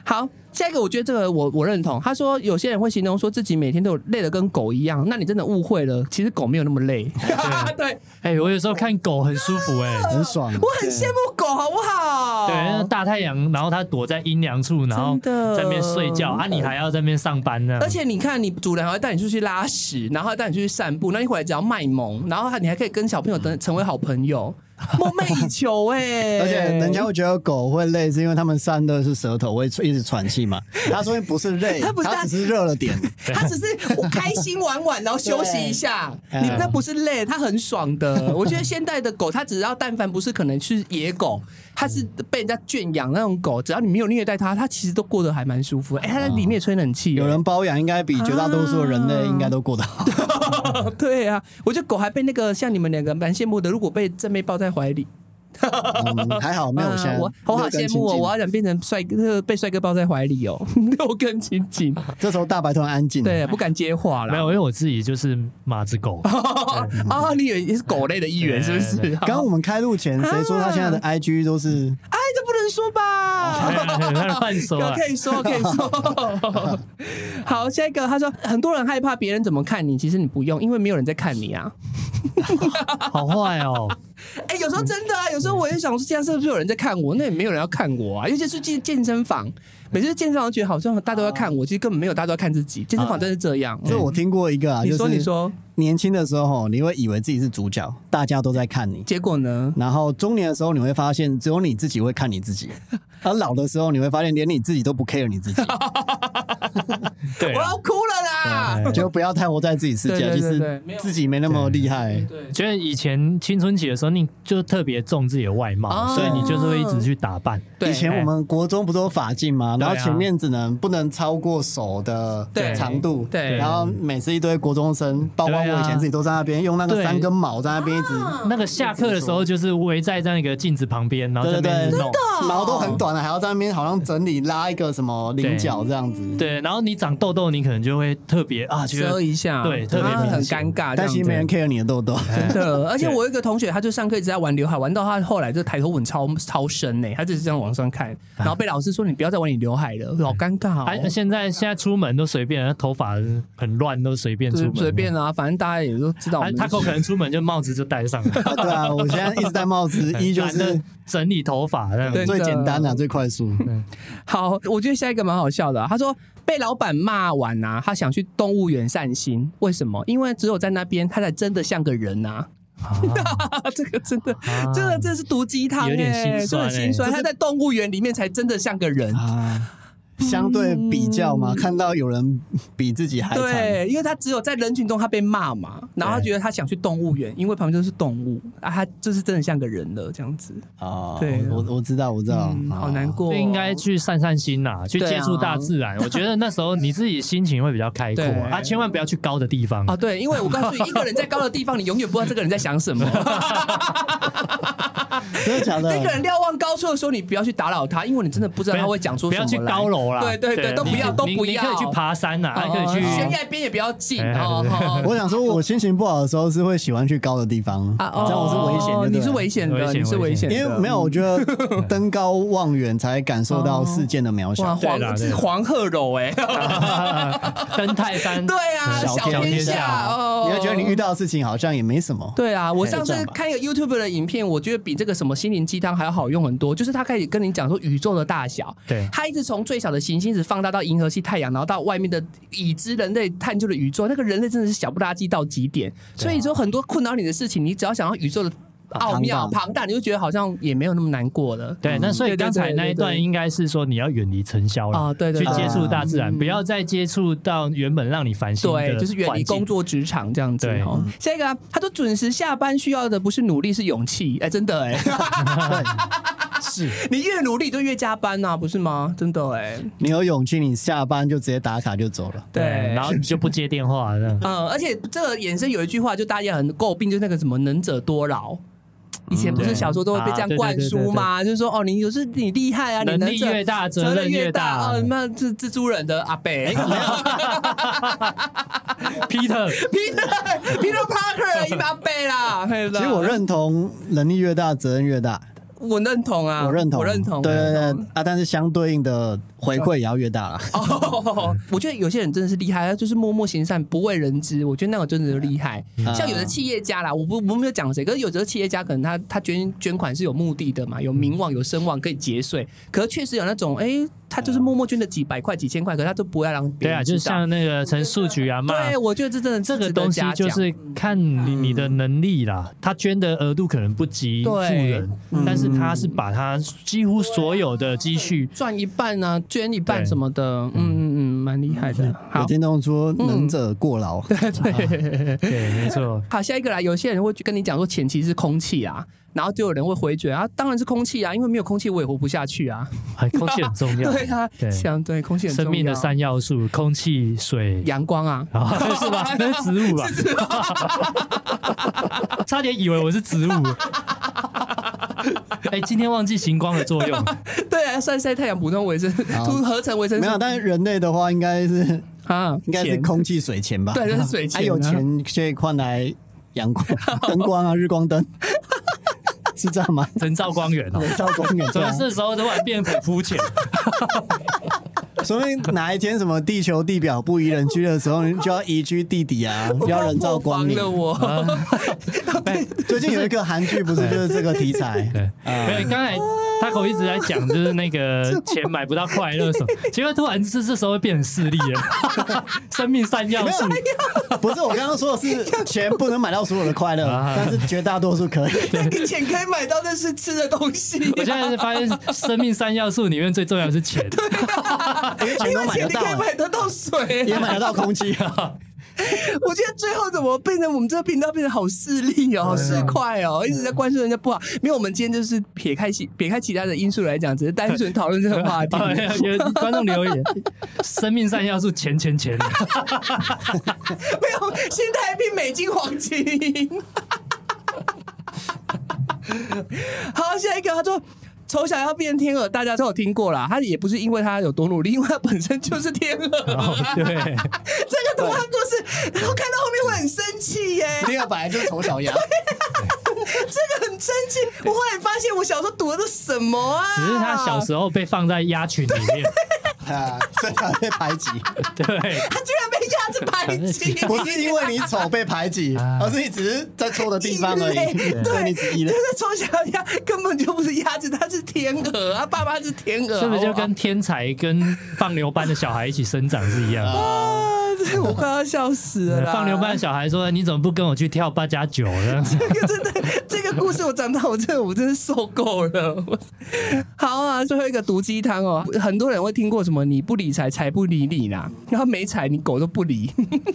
好，下一个我觉得这个我我认同。他说有些人会形容说自己每天都有累得跟狗一样，那你真的误会了。其实狗没有那么累。 对，哎，我有时候看狗很舒服，哎，哦很爽。我很羡慕狗，好不好？对，啊那大太阳，然后它躲在阴凉处，然后真的在那边睡觉啊，你还要在那边上班呢。而且你看，你主人还会带你出去拉屎，然后还带你出去散步，那你回来只要卖萌，然后你还可以跟小朋友等成为好朋 友，梦寐以求哎、而且人家会觉得狗会累，是因为他们扇的是舌头，会一直喘 气嘛。他说不是累，它不是它只是热了 点。他只是我开心玩玩，然后休息一下。 对啊你那不是累，它很爽 的。我觉得现代的狗，它只要但凡不是可能是野狗，它是被人家圈养那种狗，只要你没有虐待它，它其实都过得还蛮舒服。哎、它在里面也吹冷气耶、有人包养，应该比绝大多数人啊类应该都过得好。 对啊，我觉得狗还被那个像你们两个蛮羡慕的，如果被正妹抱在怀里，嗯还好没有现在啊我我好六根羡清慕哦，净我好想变成帅哥，被帅哥抱在怀里哦， 六根清净，这时候大白突然安静。对，啊不敢接话了。没有，因为我自己就是马子狗， 啊，你也是狗类的一员是不是啊对对？好刚刚我们开录啊前，谁说他现在的 IG 都是哎，这不能说吧？那哎半熟啊 了可。以说，可以说。 好，下一个，他说很多人害怕别人怎么看你，其实你不用，因为没有人在看你啊。好坏哦，哎、有时候真的啊，有时候我也想说，现在是不是有人在看我？那也没有人要看我啊，尤其是健健身房，每次健身房觉得好像大家都要看我，其实根本没有，大家都要看自己。健身房真是这样。哦呃这我听过一个啊，你说，就是你说，年轻的时候你会以为自己是主角，大家都在看你。结果呢？然后中年的时候，你会发现只有你自己会看你自己；而老的时候，你会发现连你自己都不 care 你 自己，对我啊，要哭了啦！对就不要太活在自己世对界。对其对对实没有自己没那么厉害。对觉得以前青春期的时候，你就特别重自己的外哦貌，所以你就是会一直去打扮。对，以前我们国中不都有法镜吗？对然啊后前面只能不能超过手的对长度，对然后每次一堆国中生，包括对我啊以前自己都在那边用那个对三根毛在那边一直，啊那个下课的时候，就是围在那个镜子旁边，然后在对对那边对，弄。哦毛都很短了，还要在那边好像整理拉一个什么菱角这样子。对，然后你长痘痘，你可能就会特别啊，觉遮得一下，对特别啊很明尴尬显这样子，但其实没人 care 你的痘痘，真的，而且对我有一个同学，他就上课一直在玩刘海，玩到他后来就抬头纹超超深呢、他就是这样往上看，啊然后被老师说你不要再玩你刘海了，我说好尴尬、哎，哦。现在现在出门都随便，头发很乱都随便出就是门，随便啊，反正大家也都知道我啊。们他 c 可能出门就帽子就戴上 了，啊 对啊，我现在一直戴帽子，依旧懒得是整理头发这样对子。最简单啊，最快速。好，我觉得下一个蛮好笑的啊、他说被老板骂完啊，他想去动物园散心，为什么？因为只有在那边，他才真的像个人啊。啊 这个真的，啊这个这是毒鸡汤、欸，有点心酸这很欸心酸。这他在动物园里面才真的像个人，啊，相对比较嘛，看到有人比自己还嗯惨，对，因为他只有在人群中他被骂嘛，然后他觉得他想去动物园，因为旁边都是动物啊，他就是真的像个人了这样子，哦，对啊我我知道，我知啊道，嗯，哦好难。过哦，就应该去散散心啦，去对啊接触大自然。我觉得那时候你自己心情会比较开阔对啊，千万不要去高的地方啊，。对，因为我告诉你，一个人在高的地方，你永远不知道这个人在想什么。真的假的？那个人瞭望高处的时候，你不要去打扰他，因为你真的不知道他会讲出不什么来。哦要去高楼啦，对对对，都不你要，都你不你要。可以去爬山呐，还可以去哦悬崖边也不要近哎哦对对对哦。我想说，我心情不好的时候是会喜欢去高的地方，啊哦 这样我是危险的。你是对不对危险危的，险你是危险的，因为没有，我觉得登高望远才感受到事件的渺哦哇，小。对啦黄对是黄鹤楼 哎， 登泰山，哦对啊，小小天天下下哦，你会觉得你遇到的事情好像也没什 么， 对啊，我哎上这次样吧看一个 YouTube 的影片，我觉得比这个什么心灵鸡汤还要好用很多。就是他开始跟你讲说宇宙的大小，对他一直从最小的行星一直放大到银河系太阳，然后到外面的已知人类探究的宇宙，那个人类真的是小不拉几到极点。啊所以说很多困扰你的事情，你只要想到宇宙的奥妙庞大庞大，你就觉得好像也没有那么难过了。嗯对，那所以对刚才对对那一段对应该是说你要远离尘嚣了哦对对去对接触大自然，嗯不要再接触到原本让你烦心的环对，境，就是远离工作职场这样子对哦。下一个、啊，他说准时下班需要的不是努力，是勇气。哎、真 的哎、是你越努力就越加班呐、啊不是吗？真的哎、你有勇气，你下班就直接打卡就走了。对，。然后你就不接电话这样嗯，而且这个衍生有一句话，就大家也很诟病，就是那个什么“能者多劳”。以前不是小时候都会被这样灌输吗？就是说，哦，你有是你厉害啊，你能力者越大，责责任任越大。大嗯哦，。那是蜘蛛人的阿 北嗯 Peter， ，Peter Peter Parker 的阿北啦。其实我认同能力越大，责任越大，我认同啊，我认同，我认同，对对我认对同。啊，但是相对应的回馈也要越大啦。哦，嗯我觉得有些人真的是厉害，他就是默默行善，不为人知。我觉得那个真的是厉害。嗯像啊有的企业家啦，我不我没有讲谁，可是有的企业家可能他他捐捐款是有目的的嘛，有名望有声望可以节税，可是确实有那种哎、他就是默默捐了几百块几千块，可是他都不要让 别对啊，人就知道。像那个陈述局啊骂。对，我觉得这真的这个东西就是看你你的能力啦，他捐的额度可能不及富对人，但是他是把他几乎所有的积蓄赚一半啊，捐一半对什么的，嗯嗯嗯，蛮厉害的。好嗯有，听众说能者过劳，对，没 错，好，下一个来，有些人会跟你讲说前期是空气啊，然后就有人会回绝啊，当然是空气啊，因为没有空气我也活不下去啊。哎空气很重要，对啊，对像对空气很重要生命的三要素：空气、水，阳光啊， 啊， 是吧？那是植物吧？ 差点以为我是 植物。哎、今天忘记行光的作 用，对啊，晒晒太阳，补充维生素，好涂合成维生素。没有，但是人类的话应该是啊，应该是钱空气水钱吧？对就是水钱啊啊有钱可以换来阳 光、灯光啊，日光灯，是这样吗？人造光源哦、人造光源，所以这时候突然变得很肤浅，说明哪一天什么地球地表不宜人居的时候，你就要移居地底啊，就要人造光 我明怕。破防了我。最近有一个韩剧，不是就是这个题 材？对，啊 没有。刚才 Taco 一直在讲，就是那个钱买不到快乐什么，结果突然这这时候会变成势利了， 生命三要没素。有， 不是我刚刚说的是钱不能买到所有的快乐，啊但是绝大多数可 以。那个钱可以买到那是吃的东西啊、 我现在发现，生命三要素里面最重要的是钱。因为钱因都为买钱得你到可以啊，买得到水、也买得到空气啊。 我觉得最后怎么变成我们这个频道变得好势利哦，好市侩哦，一直在灌输人家不好。没有，我们今天就是撇开其撇开其他的因素来讲，只是单纯讨论这个 话题。啊有有观众留言，生命三要素钱钱钱。没有，新台币、美金、黄金。好，下一个，他说。丑小鸭变天鹅，大家都有听过啦。他也不是因为他有多努力，因为他本身就是天 鹅。哦，这对，个童话故事，然后看到后面会很生气耶，第二本来就是丑 小鸭，这个很生气。我后来发现，我小时候读的都什么啊？只是他小时候被放在鸭群里面，啊，所以才被排挤。对，他居然被鸭子排挤， 不是因为你丑被排挤，啊而是你只是在错的地方而异已类。对你只异类就。是丑小鸭根本就不是鸭子，它是天鹅，他爸爸是天鹅，啊哦是不是就好好跟天才跟放牛班的小孩一起生长是一样？啊，这我快要笑死了啦！ 放牛班的小孩说：“你怎么不跟我去跳八加九 呢这个真的，这个个故事我讲到我这我真是受够了。 好啊，最后一个毒鸡汤哦，很多人会听过什么“你不理财，财不理你”啦，然后没财你狗都不理，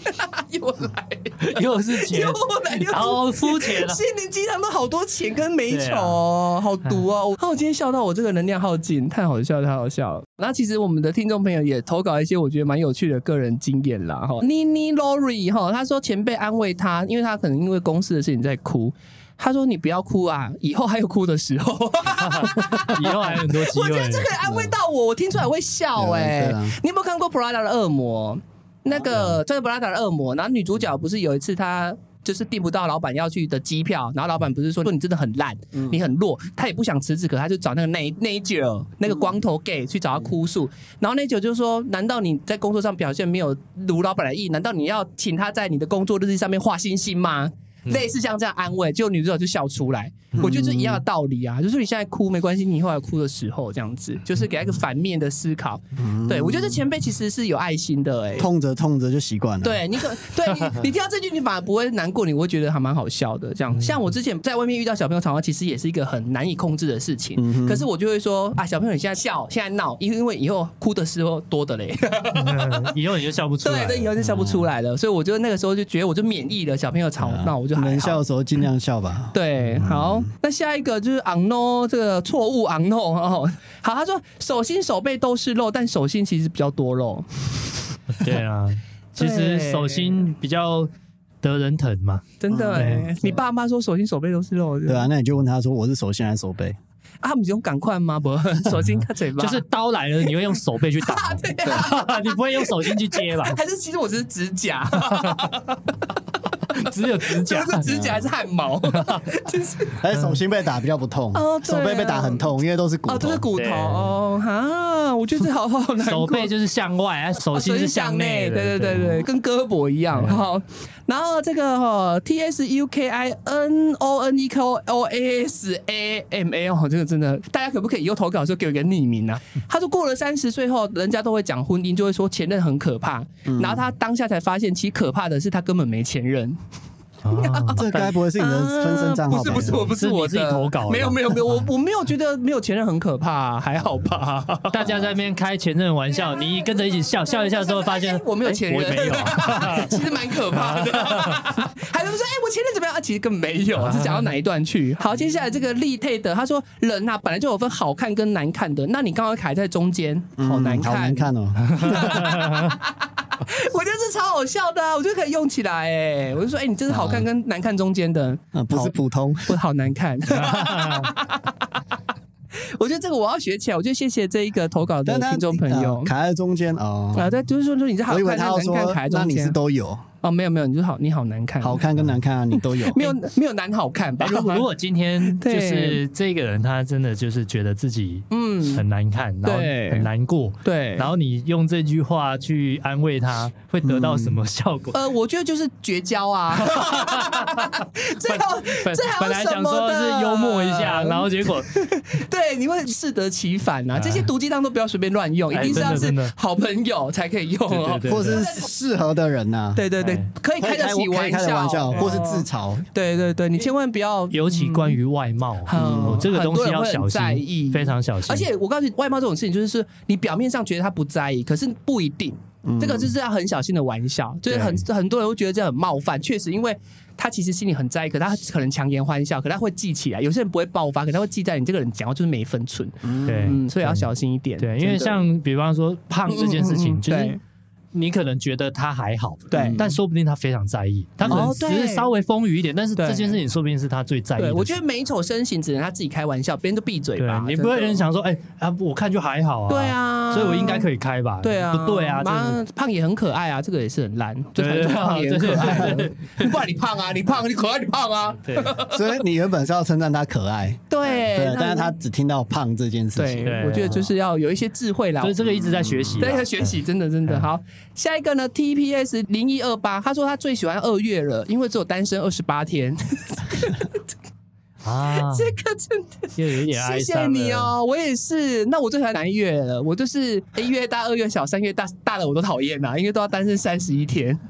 又来 又是钱又，来又好肤浅啊！心灵鸡汤都好多钱跟美丑、哦，好毒哦！看我今天笑到我这个能量耗尽，太好笑了，太好笑了。那其实我们的听众朋友也投稿一些我觉得蛮有趣的个人经验啦，哈。妮妮 Lori 哈，她说前辈安慰她，因为她可能因为公司的事情在哭。她说：“你不要哭啊，以后还有哭的时候。”以后还有很多机我会觉。得这个安慰到我，我听出来会笑哎、嗯对啊你有没有看过《Prada 的恶魔》？那个穿着 Prada 的恶魔，然后女主角不是有一次她。就是订不到老板要去的机票，然后老板不是说说你真的很烂，嗯你很弱，她也不想辞职，可她就找那个内内姐那个光头 gay 去找他哭诉，然后内姐就说：难道你在工作上表现没有如老板的意？难道你要请他在你的工作日记上面画星星吗？类似像这样安慰，结果女主角就笑出来。我觉得是一样的道理啊，就是你现在哭没关系，你以后还有哭的时候，这样子，就是给他一个反面的思考。对我觉得前辈其实是有爱心的、欸，痛着痛着就习惯 了。，对你可对你，你听到这句，你反而不会难过，你会觉得还蛮好笑的。这嗯样，像我之前在外面遇到小朋友吵闹，其实也是一个很难以控制的事情。嗯可是我就会说啊，小朋友你现在笑，现在闹，因为以后哭的时候多的 嘞。嗯以后你就笑不出对，来了。嗯那以后就笑不出来了。所以我就那个时候就觉得我就免疫了，小朋友吵闹我就还好能嗯笑的时候尽量笑吧。对，好，那下一个就是 unknown 这个错误 unknown 哦。好，他说手心手背都是肉，但手心其实比较多肉。对啊，其实对手心比较得人疼嘛。真的、嗯欸，你爸妈说手心手背都是肉，对啊，那你就问他说我是手心还是手背？啊，他们用赶快 吗？不，手心看嘴巴，就是刀来了，你会用手背去打， 对啊， 你不会用手心去接吧？ 还是其实我只是指甲， 只有指主甲要。是指甲还是汗 毛，就是而哎且手心被打比较不痛哦，对啊手背被打很痛，因为都是骨哦，头。都是骨头对哦，哈，我觉得这好好难过。手背就是向外，啊手哦心手是心向内的。对对对对，跟胳膊一样。好，然后这个哈 T S U K I N O N E Q O A S A M A 哦，这个真的，大家可不可以以后投稿的时候给我一个匿名 啊？他说过了三十岁后，人家都会讲婚姻，就会说前任很可怕，嗯然后他当下才发现，其实可怕的是他根本没前任。哦这该不会是你的啊分身账号呃不是吧？不是，我不是是你我自己的投稿的没有没有没有，我我没有觉得没有前任很可怕 啊，还好吧。大家在那边开前任玩笑，啊你跟着一起笑，笑一笑之后发现 我没有前任，哎我也没有。其实蛮可怕 的。还有人说，哎、我前任怎么样？啊，其实根本没有，是讲到哪一段去？好，接下来这个利泰德他说，人呐、本来就有分好看跟难看的，那你刚刚卡在中间，好难嗯好看，难看哦。 我觉得这超好笑的、啊，我觉得可以用起来、哎，我就说，哎、你这是好看跟难看中间的，啊，不是 普通，我好难看。我觉得这个我要学起来，我就谢谢这一个投稿的但他听众朋友啊卡在中间哦。啊，对，就是说说你是好我以为看跟他要难看说卡在，那中你是间都有，哦，没有没有，你就好，你好难看，好看跟难看啊，你都有。 没有没有难好看吧？哎如果如果今天就啊对是这个人，他真的就是觉得自己嗯，很难看，然后对很难过， 对，然后你用这句话去安慰他，会得到什么效果？呃，我觉得就是绝交啊，这有本这还本有来什想么说的？是幽默一下，嗯然后结果对，你会适得其反啊！这些毒鸡汤都不要随便乱用，一哎定是要是真的真的好朋友才可以用哦。对对 或是适合的人呐、对对对哎，可以可开以得开起可以开的玩笑，或是自哦嘲。对对对，你千万不要尤其关于外貌，嗯哦这个东西很要小多人会很在意心，非常小心。而且我告诉你，外貌这种事情，就是是你表面上觉得他不在意，可是不一定。嗯这个就是要很小心的玩笑，嗯就是很很多人会觉得这样很冒犯。确实，因为他其实心里很在意，可他可能强颜欢笑，可他会记起来。有些人不会爆发，可他会记在你这个人讲话就是没分寸。对嗯，所以要小心一点。对，因为真的像比方说胖这件事嗯嗯情，嗯就是对你可能觉得他还好，对但说不定他非常在意，他可能哦只对是稍微丰腴一点，但是对这件事情说不定是他最在意对，的。我觉得美丑身形只能他自己开玩笑，别人就闭嘴对吧。你不会真人的。想说，哎啊，我看就还好啊，对，啊，所以我应该可以开吧？对啊，不对啊，这妈是胖也很可爱啊，这个也是很烂，最讨对啊厌胖也很可爱对的。不 然你胖啊，你胖，你可爱，你胖啊。对。 所以你原本是要称赞他可爱， 对啊对，，但是他只听到胖这件事情。对，对啊我觉得就是要有一些智慧啦所。以这个一直在学习啊啦。嗯啊对，要学习，真的真的好。下一个呢，TPS 零一二八，他说他最喜欢二月了，因为只有单身二十八 天。啊， 这个真的，又有一点哀谢伤谢了你。哦，我也是。那我最喜欢南越了，我啊就是一月大，二月小，三月大，大的我都讨厌呐，因为都要单身三十一天。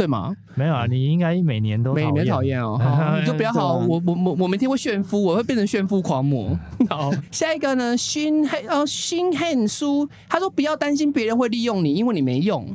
对吗？没有啊，你应该每年都每年讨厌 哦，好，你就不要好，对啊我我我我明天会炫夫，我会变成炫夫狂 魔。好，下一个呢，新黑哦，新汉书，他说不要担心别人会利用你，因为你没 用。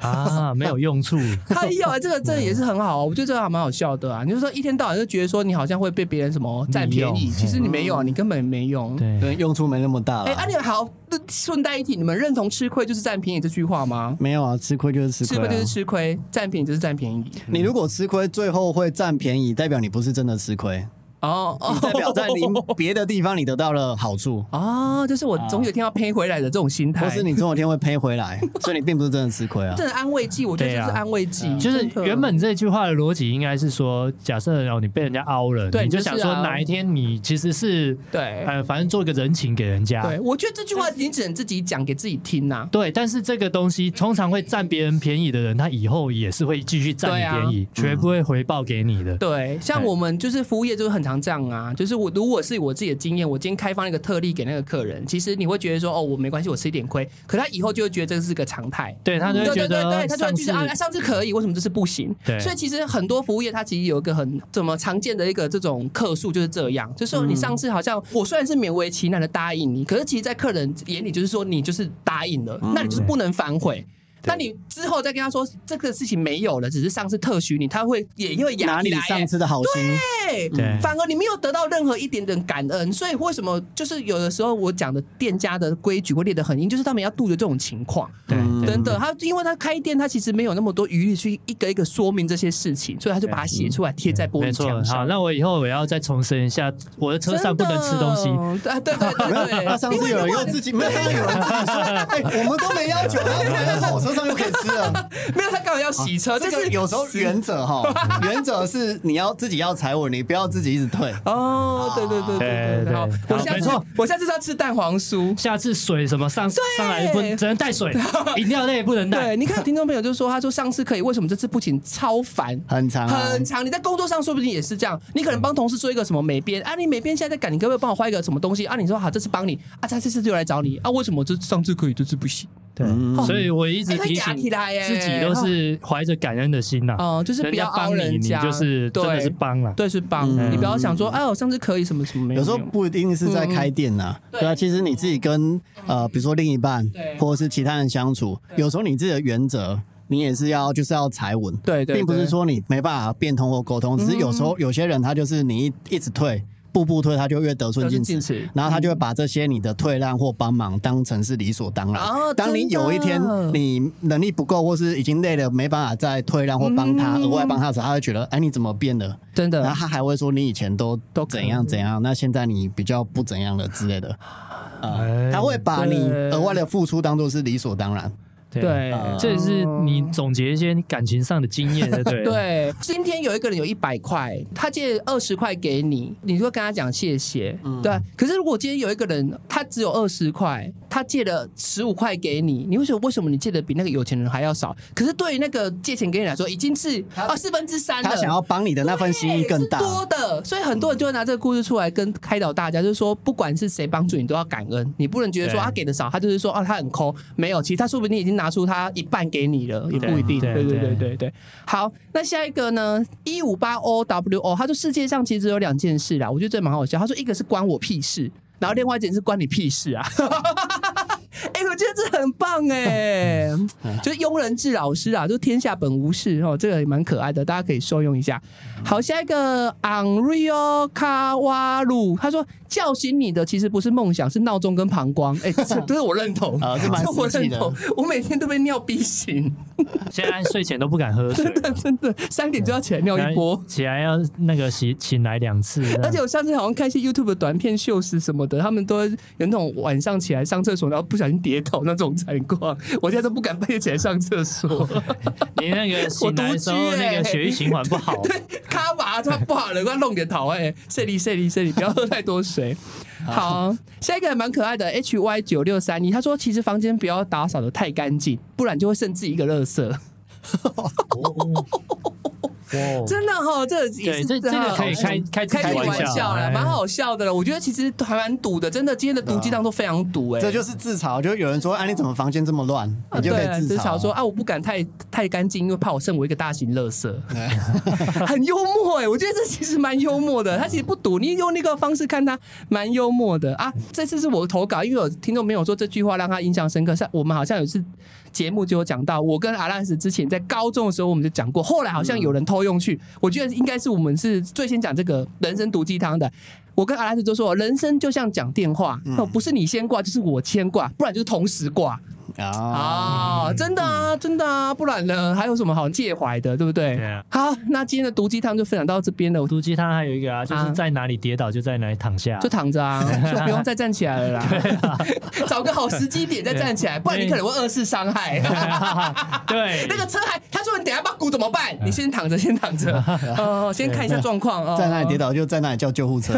啊，没有 用处。他有啊，这个这个也是很好啊，我觉得这个还蛮好笑的啊。你就说一天到晚就觉得说你好像会被别人什么占便利宜，用其实你没有啊，你根本没用。对，嗯对，用处没那么大哎，啊，了。你们好，那顺带一提，你们认同吃亏就是占便宜这句话吗？没有啊，吃亏就是吃吃亏、亏啊。就是吃亏，占便宜就是占便宜。你如果吃亏，最后会占便宜，代表你不是真的 吃亏，哦哦你代表在你别的地方你得到了好处，哦，就是我总有一天要赔回来的这种心态。或啊是你总有一天会赔回 来，所以你并不是真的吃亏啊。这是安慰剂，我觉得对这啊是安慰剂，就是真的原本这句话的逻辑应该是说，假设哦你被人家凹了，对你就就是想啊说哪一天你其实是对呃，反正做个人情给人家。对，我觉得这句话你只能自己讲给自己听啊呐。对，但是这个东西通常会占别人便宜的人，他以后也是会继续占你对啊便宜，绝不会回报给你的。哎对，像对我们就是服务业，就是很常这样啊。就是我如果是我自己的经验，我今天开放一个特例给那个客人，其实你会觉得说，哦，我没关系，我吃一点亏。可他以后就会觉得这是个常态。对他就对会对觉对对，得他就会上觉次得啊，上次可以，为什么这次不行？对所以其实很多服务业，它其实有一个很怎么常见的一个这种客诉就是这样，就是说你上次好像嗯我虽然是勉为其难的答应你，可是其实，在客人眼里就是说你就是答应了，嗯那你就是不能反悔。那你之后再跟他说这个事情没有了，只是上次特许你，他会也因为拿压力你来哎上次的好心，对，对反而你没有得到任何一点点感恩，所以为什么就是有的时候我讲的店家的规矩会列得很硬，就是他们要杜绝这种情况。对嗯等等，他因为他开店，他其实没有那么多余力去一个一个说明这些事情，所以他就把它写出来贴在玻嗯璃没错墙。好，上。那我以后我要再重申一下，我的车哦上不能吃东西。西， 啊对对对对， 他上因次为有人如又果自己，没有上次有人自己说，哎，我们都没要求，然后你还说我车上又可以吃 了。没有他刚好要洗车，这哦这个是有时候原则哈，原则是你要自己要踩我，你不要自己一直退。哦，对对对对哎对对好，好我下没次错我下次要吃蛋黄酥。下次水什么上上来不只能 带水，饮料类不能带对，。你看有听众朋友就说，他说上次可以，为什么这次不行？超烦。很长、啊，很长，你在工作上说不定也是这样，你可能帮同事做一个什么美编，啊，你美编现在在赶，你可不可以帮我画一个什么东西？啊，你说好，这次帮你，啊，他这次就来找你，啊，为什么这上次可以，这次不行？对，所以我一直哎会提夹醒起来耶自己都是怀着感恩的心呐。哦就是不人要家凹帮人你，你家就是真的对是帮了。对，是帮、嗯你不要想说，哎，我上次可以什么什么没有，有时候没不一定是在开店呐、对对啊，其实你自己跟呃，比如说另一半对，或者是其他人相处，有时候你自己的原则，你也是要就是要踩稳，对对并不对嗯是说你没办法变通或沟通，只是有时候有些人他就是你一一直退，步步退，他就越得寸进得寸进尺，尺然后他就会把这些你的退让或帮忙当成是理所当然。哦当你真的有一天你能力不够或是已经累了，没办法再退让或帮他、嗯额外帮他的时候，他会觉得哎你怎么变了？真然的后他还会说你以前都都都可以怎样怎样，那现在你比较不怎样了之类的，呃哎，他会把你对额外的付出当做是理所当然。对啊这也是你总结一些你感情上的经验，对不对？ 对，今天有一个人有一百块，他借二十块给你，你就会跟他讲谢谢，对。啊可是如果今天有一个人他只有二十块，他借了十五块给你，你会说为什么你借的比那个有钱人还要少？可是对于那个借钱给你来说，已经是啊四分之三了。他想要帮你的那份心意更大哎对。是多的，所以很多人就会拿这个故事出来跟开导大家，就是说，不管是谁帮助你，都要感恩，你不能觉得说对他给的少，他就是说啊他很抠，没有，其实他说不定已经拿出他一半给你了，也不一定。对对对对对对对对。好，那下一个呢？一五八 O W O，他说世界上其实只有两件事啦，我觉得这蛮好笑。他说一个是关我屁事，然后另外一件是关你屁事啊。哎、我觉得这很棒 哎、就是庸人自扰师啊，就天下本无事哦，这个也蛮可爱的，大家可以受用一下。好，下一个 Anrio Kawaru，他说叫醒你的其实不是梦想，是闹钟跟膀胱。哎、 这这是我认同啊这蛮我实认际的 同，我每天都被尿逼醒， 现在睡前都不敢喝水，真的三点就要起来尿哎一波。起来要那个醒醒来两次，而且我上次好像看一些 YouTube 的短片、秀时什么的，他们都会有那种晚上起来上厕所，然后不小心跌倒那种情况。我现在都不敢半夜起来上厕所，你那个醒来的时候我独居欸那个血液循环不 好，卡巴他不好了，快弄点头哎，谢礼谢礼谢礼，不要喝太多水。好，下一个还蛮可爱的 H Y 九六三一，他说其实房间不要打扫的太干净，不然就会剩自己一个垃圾。真的哈，这也是对这这个可以开开自己开玩玩笑笑啦，哎啊蛮好笑的了。我觉得其实还蛮毒的，真的，今天的毒鸡汤都非常毒哎、这就是自嘲，就有人说：“哎、啊，你怎么房间这么乱？”啊你就可对以啊自至嘲少说啊，我不敢太太干净，因为怕我剩我一个大型垃圾。 很幽默哎、我觉得这其实蛮幽默的。他其实不毒，你用那个方式看他，蛮幽默的啊。这次是我投稿，因为有听众朋友说这句话让他印象深刻。像我们好像有一次节目就有讲到，我跟阿兰斯之前在高中的时候我们就讲过，后来好嗯像有人偷用去，我觉得应该是我们是最先讲这个人生毒鸡汤的。我跟阿兰斯都说，人生就像讲电话，嗯哦，不是你先挂，就是我先挂，不然就是同时挂。啊，哦啊，真的啊，真的啊，不然呢，还有什么好介怀的，对不对？对啊好，那今天的毒鸡汤就分享到这边了，我毒鸡汤还有一个啊，就啊是在哪里跌倒就在哪里躺下，就躺着啊，就不用再站起来了 啊啦。找个好时机点再站起来，不然你可能会二次伤 害。哎对那个车还，他说你等一下把骨怎么 办？你先躺着，先躺着，哦，先看一下状况哦。在那里跌倒就在那里叫救 护车，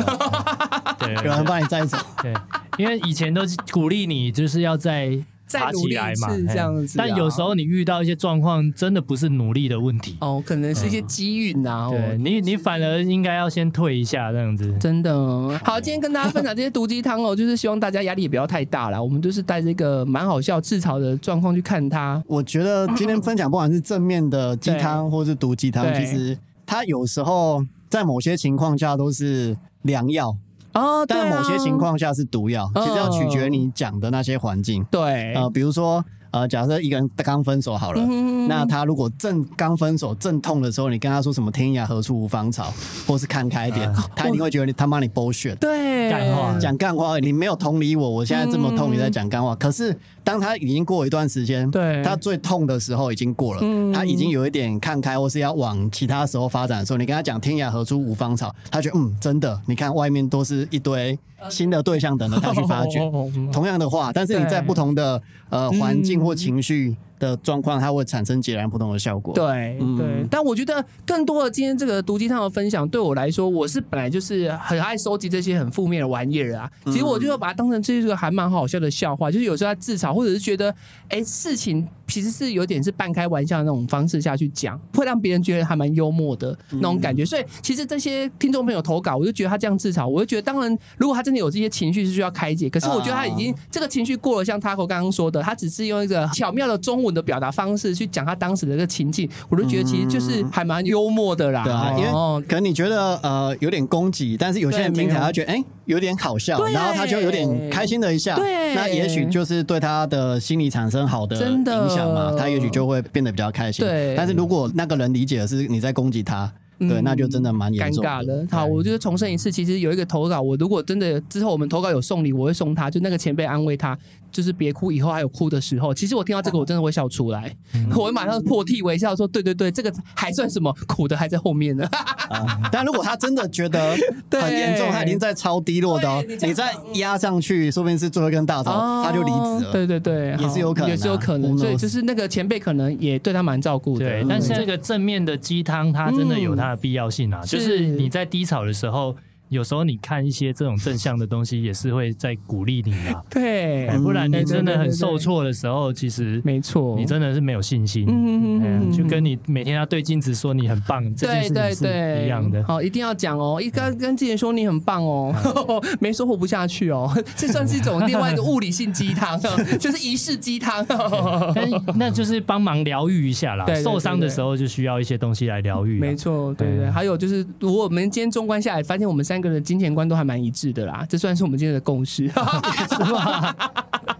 对有人对帮你载走。对，因为以前都是鼓励你就是要再再爬努起力来嘛，一次哎这样子啊但有时候你遇到一些状况，真的不是努力的问题，哦，可能是一些机运呐，哦对你你反而应该要先退一下这样子。真的哦好，今天跟大家分享这些毒鸡汤哦，就是希望大家压力也不要太大啦。我们就是带着一个蛮好笑、自嘲的状况去看它。我觉得今天分享不管是正面的鸡汤或是毒鸡汤，对其实它有时候在某些情况下都是良药，哦，对但啊某些情况下是毒药，嗯其实要取决你讲的那些环境。对，呃，比如说，呃，假设一个人刚分手好了，嗯那他如果正刚分手、正痛的时候，你跟他说什么“天涯何处无芳草”，或是看开一点，啊他一定会觉得你他妈你 bullshit，对，哦干话讲干话，哎你没有同理我，我现在这么痛，你在讲干话。可是当他已经过一段时间，嗯对嗯他最痛的时候已经过了，他已经有一点看开，或是要往其他时候发展的时候，你跟他讲“天涯何处无芳草”，他觉得嗯，真的，你看外面都是一堆呃新的对象等着他去发 哦掘。嗯同样的话，但是你在对不同的呃环境或情绪的状况，它会产生截然不同的效果。嗯对嗯对，但我觉得更多的今天这个毒鸡汤的分享，对我来说，我是本来就是很爱收集这些很负面的玩意儿啊。嗯其实我就把它当成这是个还蛮好笑的笑话，就是有时候在自嘲，或者是觉得哎事情其实是有点是半开玩笑的那种方式下去讲，会让别人觉得还蛮幽默的嗯那种感觉。所以其实这些听众朋友投稿，我就觉得他这样自嘲，我就觉得当然，如果他真的有这些情绪是需要开解，可是我觉得他已哦经这个情绪过了，像 Taco 刚刚说的，他只是用一个巧妙的中文的表达方式去讲他当时的这个情境，我就觉得其实就是还蛮幽默的啦。嗯对啊，因为哦可能你觉得呃有点攻击，但是有些人对听起没来有他觉得哎、有点好笑，对然后他就有点开心了一下，对那也许就是对他的心理产生好的真的影响嘛，他也许就会变得比较开心。对嗯但是如果那个人理解的是你在攻击他，对，那就真的蛮严尴重尬的。的。好，我就是重申一次，其实有一个投稿，我如果真的之后我们投稿有送礼，我会送他，就那个前辈安慰他，就是别哭，以后还有哭的时候。其实我听到这个，我真的会笑出来，我会马上破涕为笑，说对对对，这个还算什么，苦的还在后面呢。啊但如果他真的觉得 对很严重，他已经在超低落的、哦对你，这样哦你再压上去，说不定是最后一根大头，他就离职了。对对对，也是有可能啊也是有可能。 Who knows 所以就是那个前辈可能也对他蛮照顾的。嗯对，但是这个正面的鸡汤，它真的有它的必要性嗯啊。就是你在低潮的时候，有时候你看一些这种正向的东西，也是会在鼓励你啊。对，哎不然对你对对真的嗯对很对受挫的时候，其实没错，你真的是没有信心。嗯嗯嗯哎呀嗯嗯就跟你每天要对镜子说你很棒这件对事对情是对，一 样的。好，一定要讲哦，一跟跟之前说你很棒哦，嗯 没说活不下去哦， 这算是一种另外一个物理性鸡汤，哦 就是仪式鸡汤。哦但是那就是帮忙疗愈一下啦对对。对受伤的时候就需要一些东西来疗愈啊。没错，对对对。嗯还有就是，如果我们今天纵观下来，发现我们三个人的金钱观都还蛮一致的啦，这算是我们今天的共 识。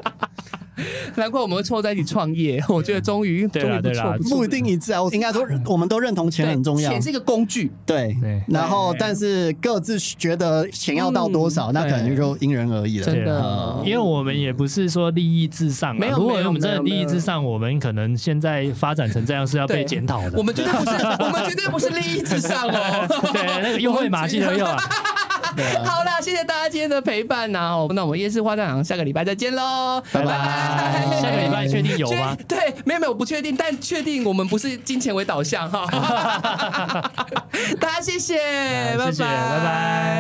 难怪我们会凑在一起创业，我觉得终于对终于啦不对错啦，错不一定一致啊，我应该 说我们都认同钱很重要对，钱是一个工具，对对，然后但是各自觉得钱要到多少，嗯那可能对就因人而异了。真对的。因为我们也不是说利益至上啊，没有如果没有我们真的没有利益至上，我们可能现在发展成这样是要被对检讨的。我们绝对 不是，我们绝对不是利益至上哦。对那个优惠码记得 用啊。好啦，谢谢大家今天的陪伴呐、哦，那我们夜市花战场下个礼拜再见喽，拜 拜。下个礼拜确定有吗确？对，没有没有，我不确定，但确定我们不是 金钱为导向哈。大家谢谢，拜谢谢拜拜